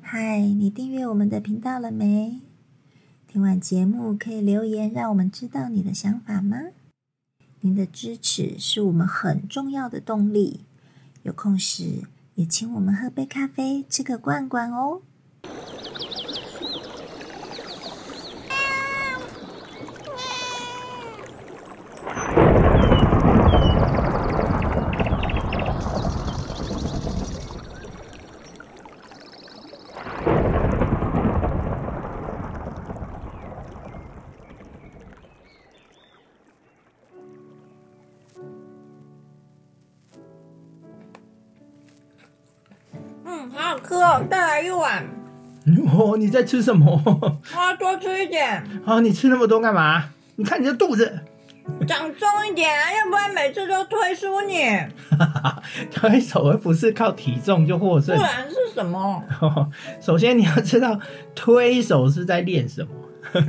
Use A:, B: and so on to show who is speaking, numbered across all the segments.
A: 嗨，你订阅我们的频道了没？听完节目可以留言，让我们知道你的想法吗？您的支持是我们很重要的动力。有空时也请我们喝杯咖啡，吃个罐罐哦。
B: 嗯，好好吃哦，再来一碗，
C: 哦，你在吃什么？
B: 我要多吃一点，
C: 啊，你吃那么多干嘛？你看你的肚子，
B: 长重一点啊，要不然每次都推输你。
C: 推手而不是靠体重就获
B: 不
C: 胜。
B: 然是什么？
C: 首先你要知道推手是在练什么。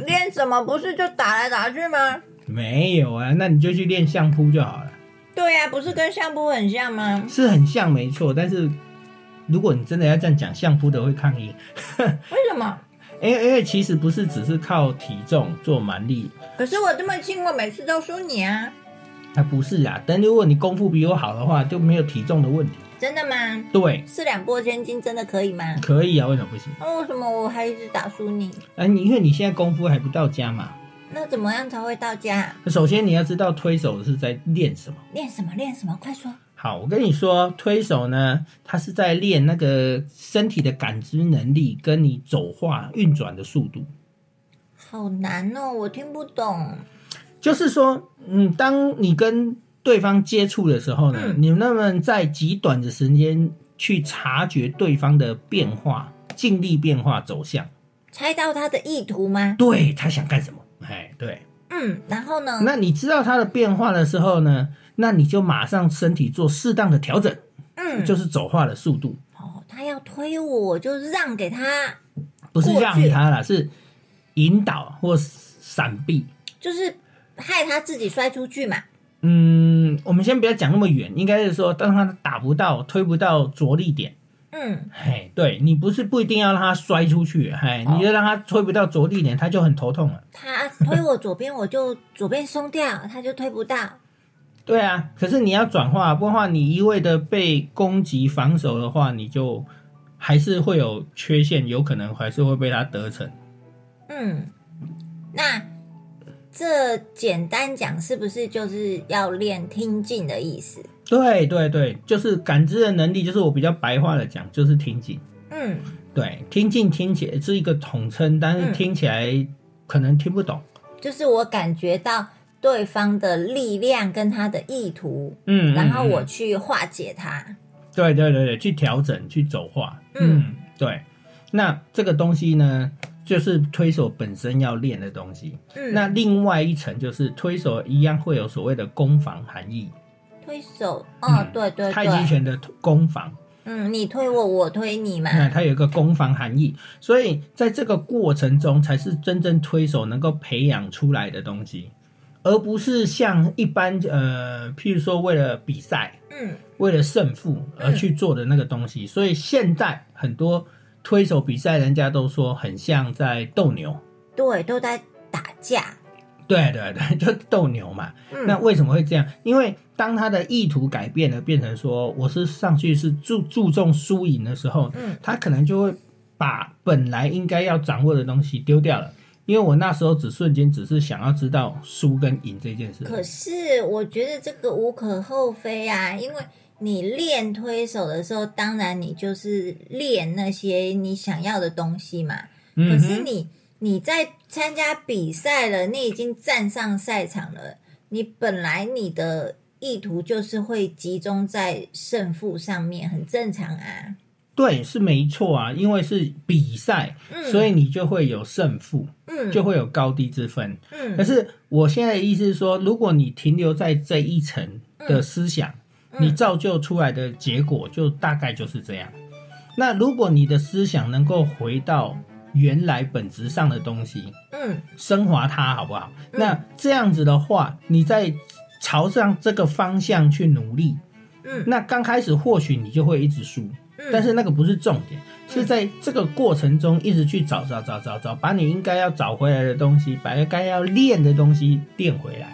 B: 练什么不是就打来打去吗？
C: 没有啊，那你就去练相扑就好了，
B: 对呀、不是跟相扑很像吗？
C: 是很像没错，但是如果你真的要这样讲，相扑的会抗议，
B: 为什么？
C: 因为因为其实不是只是靠体重做蛮力，
B: 可是我这么轻，我每次都输你啊！
C: 啊不是啊，但如果你功夫比我好的话，就没有体重的问题。
B: 真的吗？
C: 对，
B: 四两拨千斤真的可以吗？
C: 可以啊，为什么不行？
B: 那为什么我还一直打输你？
C: 啊，你因为你现在功夫还不到家嘛，
B: 那怎么样才会到家？
C: 首先你要知道推手是在练什么。
B: 练什么练什么？快说！
C: 好，我跟你说，推手呢，它是在练那个身体的感知能力，跟你走化运转的速度。
B: 好难哦，我听不懂。
C: 就是说，嗯，当你跟对方接触的时候呢，
B: 嗯
C: 你能不能在极短的时间去察觉对方的变化，尽力变化走向，
B: 猜到他的意图吗？
C: 对他想干什么？哎，对。
B: 嗯，然后呢？
C: 那你知道他的变化的时候呢，那你就马上身体做适当的调整，
B: 嗯，
C: 就是走化的速度。
B: 哦，他要推我，我就让给他，
C: 不是
B: 过
C: 让
B: 去
C: 他啦，是引导或闪避。
B: 就是害他自己摔出去嘛。
C: 嗯，我们先不要讲那么远，应该是说，当他打不到、推不到着力点，
B: 嗯，
C: 嘿，哦对你不是不一定要让他摔出去，嘿，你就让他推不到着力点，他就很头痛了。
B: 他推我左边，我就左边松掉，他就推不到。
C: 对啊，可是你要转化，不然的话你一味的被攻击防守的话，你就还是会有缺陷，有可能还是会被他得逞。
B: 嗯，那这简单讲是不是就是要练听进的意思？
C: 对对对，就是感知的能力，就是我比较白话的讲，就是听进。
B: 嗯，
C: 对，听进听起来是一个统称，但
B: 嗯
C: 是听起来可能听不懂。
B: 就是我感觉到对方的力量跟他的意图，
C: 嗯，
B: 然后
C: 嗯
B: 我
C: 嗯
B: 去化解他。
C: 对对对对，去调整去走化。
B: 嗯
C: 嗯，对。那这个东西呢，就是推手本身要练的东西。
B: 嗯，
C: 那另外一层就是推手一样会有所谓的攻防含义，
B: 推手，哦，
C: 嗯
B: 对对
C: 太极
B: 对，
C: 拳的攻防。
B: 嗯，你推我，我推你嘛。
C: 那它有一个攻防含义，所以在这个过程中才是真正推手能够培养出来的东西，而不是像一般呃，譬如说为了比赛、
B: 嗯
C: 为了胜负而去做的那个东西。所以现在很多推手比赛，人家都说很像在斗牛，，
B: 对，都在打架。
C: 对对对， 就斗牛嘛。
B: 嗯，
C: 那为什么会这样？因为当他的意图改变了，变成说我是上去是注注重输赢的时候，
B: 嗯
C: 他可能就会把本来应该要掌握的东西丢掉了。因为我那时候只瞬间只是想要知道输跟赢这件事，
B: 可是我觉得这个无可厚非啊，因为你练推手的时候，当然你就是练那些你想要的东西嘛。可
C: 嗯
B: 是
C: 哼，
B: 你你在参加比赛了，你已经站上赛场了，你本来你的意图就是会集中在胜负上面，很正常啊。
C: 对，是没错啊，因为是比赛，
B: 嗯，
C: 所以你就会有胜负，
B: 嗯
C: 就会有高低之分。 可
B: 嗯
C: 是我现在的意思是说，如果你停留在这一层的思想，你
B: 嗯
C: 造就出来的结果就大概就是这样。那如果你的思想能够回到原来本质上的东西，
B: 嗯
C: 升华它，好不好？
B: 嗯
C: 那这样子的话，你在朝向这个方向去努力，
B: 嗯
C: 那刚开始或许你就会一直输，
B: 嗯嗯
C: 但是那个不是重点，是在这个过程中一直去找找找找找，把你应该要找回来的东西，把该要练的东西练回来。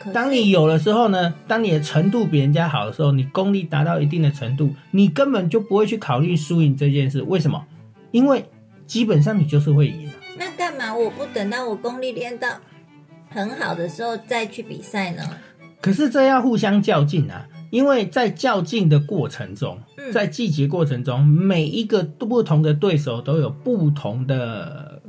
B: 可是
C: 当你有的时候呢，当你的程度比人家好的时候，你功力达到一定的程度，你根本就不会去考虑输赢这件事。为什么？因为基本上你就是会赢啊。
B: 那干嘛我不等到我功力练到很好的时候再去比赛呢？
C: 可是这要互相较劲啊，因为在较劲的过程中，
B: 嗯
C: 在季节过程中，每一个不同的对手都有不同的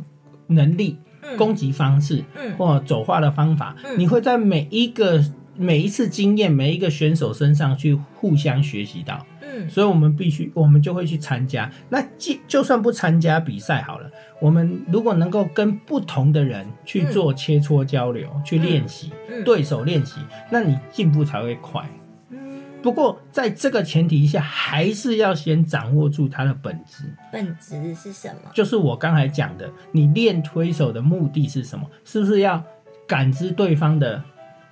C: 能力、
B: 嗯
C: 攻击方式
B: 嗯
C: 或走化的方法，
B: 嗯
C: 你会在每一个。每一次经验，每一个选手身上去互相学习到，
B: 嗯
C: 所以我们必须，我们就会去参加。那就就算不参加比赛好了，我们如果能够跟不同的人去做切磋交流，去练习，
B: 嗯，
C: 对手练习，那你进步才会快。
B: 嗯，
C: 不过在这个前提下，还是要先掌握住它的本质，
B: 本质是什么？
C: 就是我刚才讲的，你练推手的目的是什么？是不是要感知对方的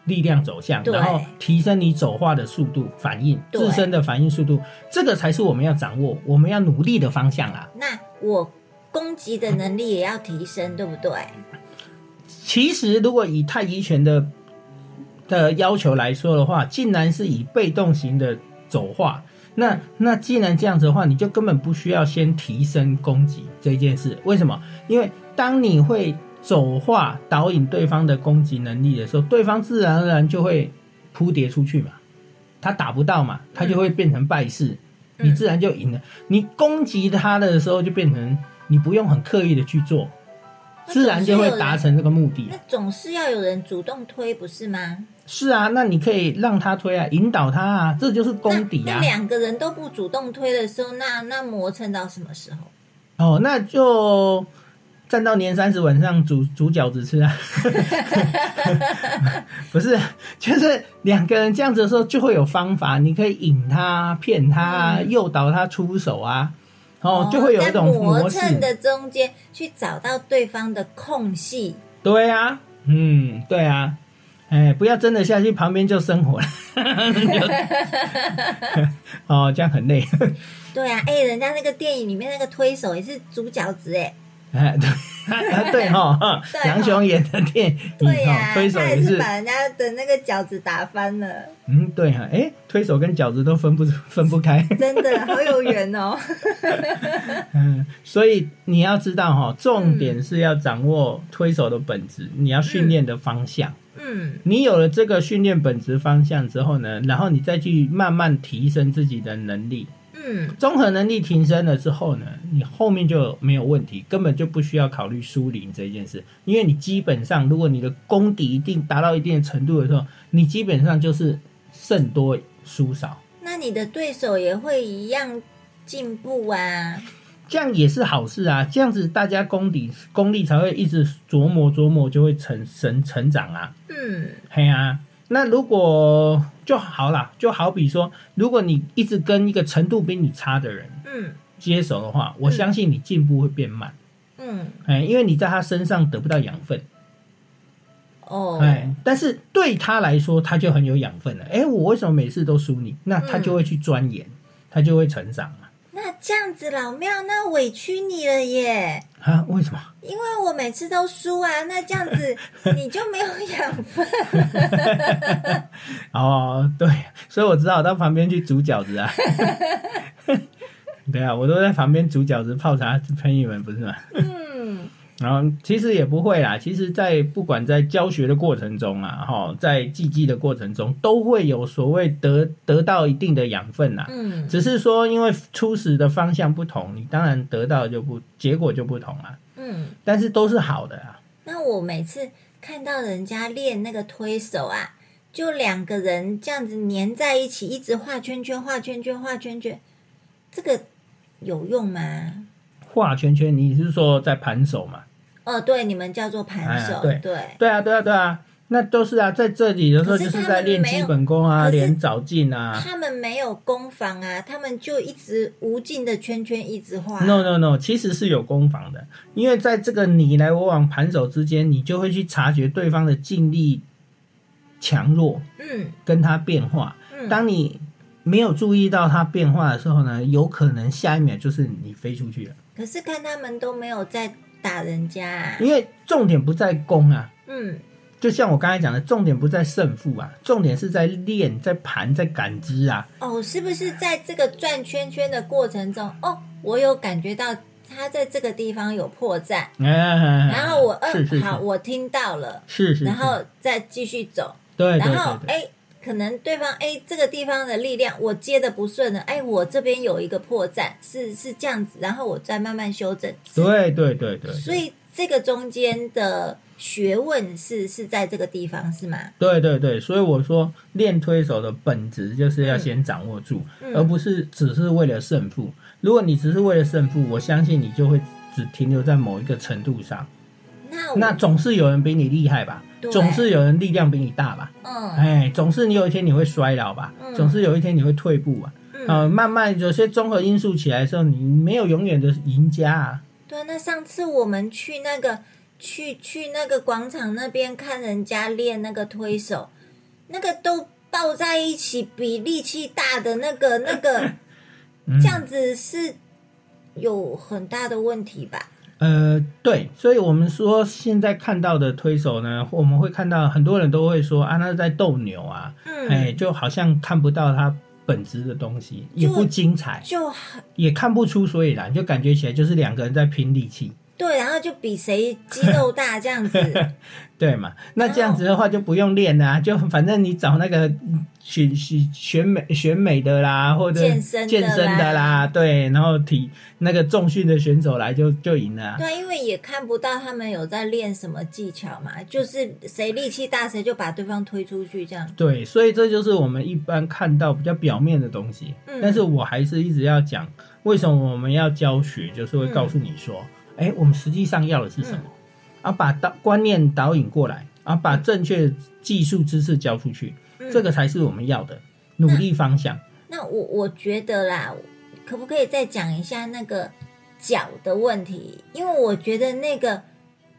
C: 力量走向，
B: 对
C: 然后提升你走化的速度、反应、
B: 对
C: 自身的反应速度？这个才是我们要掌握、我们要努力的方向啊！
B: 那我攻击的能力也要提升，对不对？
C: 其实，如果以太极拳的的要求来说的话，竟然是以被动型的走化。那那既然这样子的话，你就根本不需要先提升攻击这件事。为什么？因为当你会走化导引对方的攻击能力的时候，对方自然而然就会扑叠出去嘛，他打不到嘛，他就会变成败势，
B: 嗯
C: 你自然就赢了。你攻击他的时候，就变成你不用很刻意的去做，
B: 那
C: 自然就会达成这个目的啊
B: 那。总是要有人主动推，不是吗？
C: 是啊，那你可以让他推啊，引导他啊，这就是功底
B: 那
C: 啊
B: 那。两个人都不主动推的时候，那那磨蹭到什么时候？
C: 哦，那就站到年三十晚上煮煮饺子吃啊。 不是，就是两个人这样子的时候，就会有方法，你可以引他、骗他、
B: 嗯
C: 诱导他出手啊。哦，就会有一种
B: 在
C: 模
B: 磨
C: 式。
B: 蹭的中间去找到对方的空隙，
C: 对啊，嗯，对啊。哎，不要真的下去旁边就生火了， 就哦，这样很累。
B: 对啊，哎、人家那个电影里面那个推手也是主角子哎，
C: 哎，对， 对哈
B: 对，
C: 杨雄演的电影
B: 对呀、
C: 哈，推手
B: 他也
C: 也
B: 是
C: 是，
B: 把人家的那个饺子打翻了，
C: 嗯，对哈，哎，推手跟饺子都分不出 分不开，
B: 真的好有缘 哦。
C: 嗯，所以你要知道哈，重点是要掌握推手的本质，你要训练的方向。
B: 嗯
C: 你有了这个训练本质方向之后呢，然后你再去慢慢提升自己的能力，
B: 嗯，
C: 综合能力提升了之后呢，你后面就没有问题，根本就不需要考虑输赢这件事，因为你基本上，如果你的功底一定达到一定的程度的时候，你基本上就是胜多输少，
B: 那你的对手也会一样进步啊。
C: 这样也是好事啊。这样子大家功底功力才会一直琢磨琢磨，就会成成成长啊。
B: 嗯
C: 嘿啊，那如果就好啦，就好比说，如果你一直跟一个程度比你差的人
B: 嗯
C: 接手的话，我相信你进步会变慢。
B: 嗯，
C: 哎，因为你在他身上得不到养分，
B: 哦，
C: 哎，但是对他来说，他就很有养分了。哎，我为什么每次都输你？那他就会去钻研，他就会成长嘛。
B: 那这样子老庙，那委屈你了耶。
C: 啊，为什么？
B: 因为我每次都输啊，那这样子你就没有养分。
C: 哦，对，所以我只好到旁边去煮饺子啊。 对啊，我都在旁边煮饺子、泡茶、喷一们，不是吗？
B: 嗯
C: 然后其实也不会啦，其实，在不管在教学的过程中啊，哈，在记忆的过程中，都会有所谓得得到一定的养分啊啦、
B: 嗯
C: 只是说，因为初始的方向不同，你当然得到就不结果就不同啊。
B: 嗯，
C: 但是都是好的啊。
B: 那我每次看到人家练那个推手啊，就两个人这样子粘在一起，一直画圈圈、画圈圈、画圈圈，这个有用吗？
C: 画圈圈，你是说在盘手嘛？
B: 哦，对，你们叫做盘手，
C: 哎对
B: 对
C: 对啊，对啊，对啊，那都是啊，在这里的时候
B: 可
C: 就是
B: 他们
C: 是在练基本功
B: 没
C: 啊，
B: 有可是
C: 练早进啊。
B: 他们没有攻防啊，他们就一直无尽的圈圈一直画。
C: No no no，其实是有攻防的，因为在这个你来我往盘手之间，你就会去察觉对方的劲力强弱，
B: 嗯
C: 跟他变化。
B: 嗯，
C: 当你没有注意到它变化的时候呢，有可能下一秒就是你飞出去了。
B: 可是看他们都没有在打人家、啊，
C: 因为重点不在攻啊，
B: 嗯，
C: 就像我刚才讲的，重点不在胜负啊，重点是在练、在盘、在感知啊。
B: 哦，是不是在这个转圈圈的过程中，哦，我有感觉到他在这个地方有破绽，
C: 然
B: 然后我，嗯、
C: 哎是是是
B: 好，我听到了，
C: 是是，
B: 然后再继续走，
C: 对对
B: 然
C: 对
B: 后
C: 对，
B: 哎，可能对方哎这个地方的力量我接的不顺了，哎，我这边有一个破绽，是是这样子，然后我再慢慢修正，是
C: 对对对对，
B: 所以这个中间的学问是是在这个地方是吗？
C: 对对对，所以我说练推手的本质就是要
B: 嗯
C: 先掌握住，
B: 嗯
C: 而不是只是为了胜负。如果你只是为了胜负，我相信你就会只停留在某一个程度上。
B: 那我
C: 那总是有人比你厉害吧
B: 哦对？
C: 总是有人力量比你大吧？
B: 嗯
C: 哎，总是你有一天你会衰老吧？
B: 嗯
C: 总是有一天你会退步吧？
B: 嗯，
C: 呃，慢慢有些综合因素起来的时候，你没有永远的赢家啊。
B: 对。那上次我们去那个去去那个广场那边看人家练那个推手，那个都抱在一起比力气大的那个那个，
C: 嗯
B: 这样子是有很大的问题吧？
C: 呃，对，所以我们说现在看到的推手呢，我们会看到很多人都会说啊，那是在斗牛啊，哎、
B: 嗯，
C: 就好像看不到他本质的东西，也不精彩，
B: 就很
C: 也看不出所以然，就感觉起来就是两个人在拼力气，
B: 对，然后就比谁肌肉大这样 子。
C: 对嘛？那这样子的话就不用
B: 哦
C: 练啦、就反正你找那个选选选美选美的啦，或者
B: 健身的
C: 健身的啦，
B: 啦
C: 对，然后体那个重训的选手来就就赢了啊、
B: 对啊，因为也看不到他们有在练什么技巧嘛，就是谁力气大谁就把对方推出去这样。
C: 对，所以这就是我们一般看到比较表面的东西。
B: 嗯
C: 但是我还是一直要讲，为什么我们要教学，就是会告诉你说，哎、
B: 嗯
C: 我们实际上要的是什么，啊，把导观念导引过来，啊，把正确技术知识教出去，
B: 嗯
C: 这个才是我们要的努力方向。
B: 那我我觉得啦，可不可以再讲一下那个脚的问题？因为我觉得那个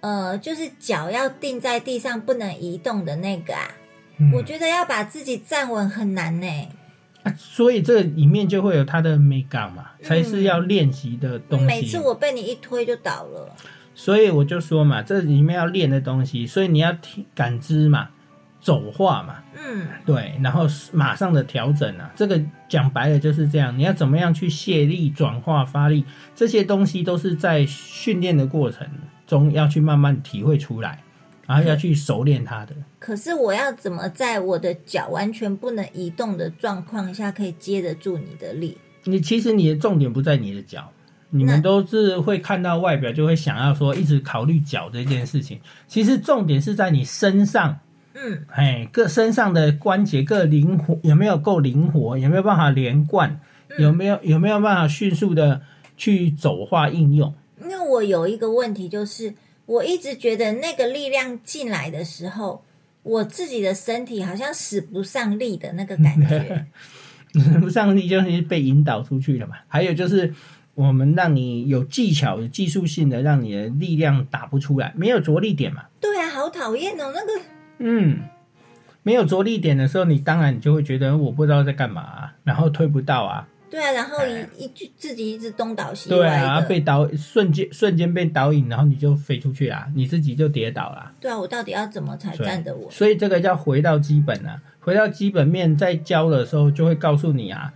B: 呃，就是脚要定在地上不能移动的那个啊，
C: 嗯
B: 我觉得要把自己站稳很难呢、
C: 啊所以这里面就会有它的美感嘛，才是要练习的东西。
B: 每次我被你一推就倒了。
C: 所以我就说嘛，这里面要练的东西，所以你要听感知嘛，走化嘛。
B: 嗯
C: 对，然后马上的调整啊，这个讲白了就是这样，你要怎么样去卸力、转化、发力，这些东西都是在训练的过程中要去慢慢体会出来，然后要去熟练它的。
B: 可是我要怎么在我的脚完全不能移动的状况下，可以接得住你的力？
C: 你其实你的重点不在你的脚，你们
B: 那
C: 都是会看到外表就会想要说一直考虑脚这件事情，其实重点是在你身上
B: 嗯
C: 哎，各身上的关节各灵活有没有够灵活？有没有办法连贯？有没有有没有办法迅速的去走化应用？
B: 因为我有一个问题，就是我一直觉得那个力量进来的时候，我自己的身体好像使不上力的那个感 觉。
C: 上帝就是被引导出去了嘛。还有就是，我们让你有技巧、有技术性的，让你的力量打不出来，没有着力点嘛。
B: 对啊，好讨厌哦！那个
C: 嗯，没有着力点的时候，你当然你就会觉得哎我不知道在干嘛啊、然后推不到啊，
B: 对啊，然后
C: 哎
B: 一一句自己一直东倒西歪
C: 对啊，
B: 的。
C: 被导瞬间瞬间被导引，然后你就飞出去啊，你自己就跌倒啦、
B: 对啊，我到底要怎么才
C: 对
B: 站得稳？
C: 所以这个叫回到基本啊，回到基本面，在教的时候就会告诉你啊，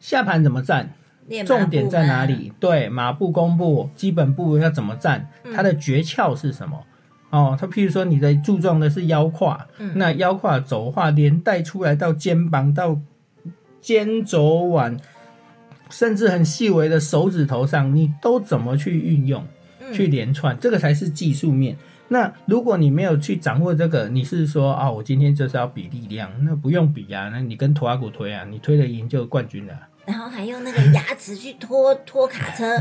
C: 下盘怎么站，
B: 练马步
C: 重点在哪
B: 吗？
C: 里？对，马步、弓步、基本步要怎么站，它的诀窍是什么？哦，它譬如说你的注重的是腰胯，
B: 嗯
C: 那腰胯、肘胯连带出来到肩膀到肩肘腕，甚至很细微的手指头上，你都怎么去运用？
B: 嗯
C: 去连串，这个才是技术面。那如果你没有去掌握这个，你是说啊，我今天就是要比力量，那不用比啊，那你跟头阿骨推啊，你推了赢就冠军了啊、
B: 然后还用那个牙齿去拖拖卡 车。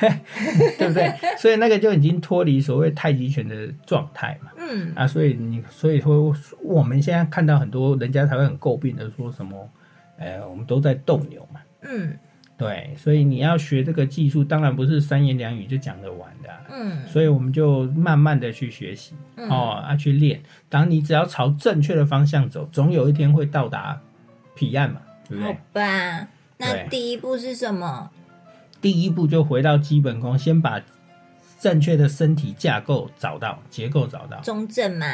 C: 对不对？所以那个就已经脱离所谓太极拳的状态嘛。
B: 嗯
C: 啊，所以你所以说我们现在看到很多人家才会很诟病的说什么，呃，我们都在斗牛嘛。
B: 嗯
C: 对，所以你要学这个技术，当然不是三言两语就讲得完的啊、
B: 嗯
C: 所以我们就慢慢的去学习，
B: 嗯
C: 哦，啊去练。当你只要朝正确的方向走，总有一天会到达彼岸嘛，对不
B: 好
C: 对？
B: 吧，那
C: 对
B: 第一步是什么？
C: 第一步就回到基本功，先把正确的身体架构找到，结构找到。
B: 中正吗？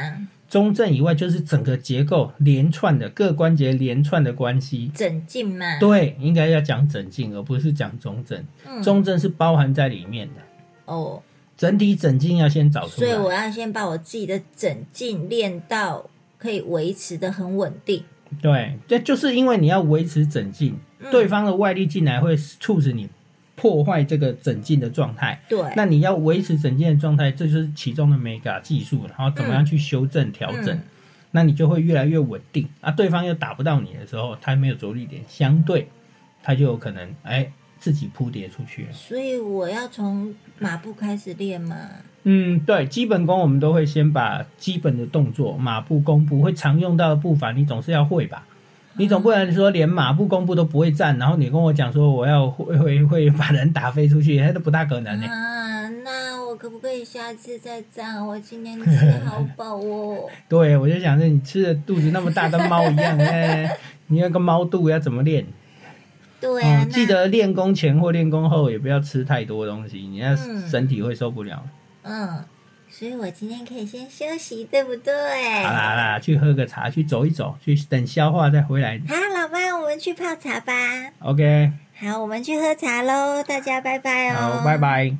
C: 中正以外，就是整个结构连串的各关节连串的关系。
B: 整进吗？
C: 对，应该要讲整径，而不是讲中正。
B: 嗯
C: 中正是包含在里面的，
B: 哦，
C: 整体整径要先找出
B: 所以我
C: 来。
B: 要先把我自己的整进练到可以维持的很稳定。
C: 对，这就是因为你要维持整径，
B: 嗯
C: 对方的外力进来会促使你破坏这个整径的状态。
B: 对，
C: 那你要维持整件的状态，这就是其中的 mega 技术，然后怎么样去修正调整，
B: 嗯
C: 那你就会越来越稳定。啊，对方又打不到你的时候，他没有着力点，相对他就有可能哎自己扑跌出去了。
B: 所以我要从马步开始练嘛。
C: 嗯，对，基本功我们都会先把基本的动作，马步、弓步会常用到的步伐，你总是要会吧？你总不能说连马步、弓步都不会站，然后你跟我讲说我要会会会把人打飞出去，那都不大可能呢、
B: 啊，那我可不可以下次再这样？我今天吃好饱 哦。
C: 对，我就想着你吃的肚子那么大，跟猫一样，哎， 你那个猫肚要怎么练？
B: 对啊，
C: 嗯，
B: 那
C: 记得练功前或练功后也不要吃太多东西，你那
B: 嗯
C: 身体会受不了。
B: 嗯，所以我今天可以先休息，对不对？
C: 好啦好啦，去喝个茶，去走一走，去等消化再回来。
B: 好，老伴，我们去泡茶吧。
C: OK，
B: 好，我们去喝茶喽，大家拜拜哦，
C: 好，拜。拜。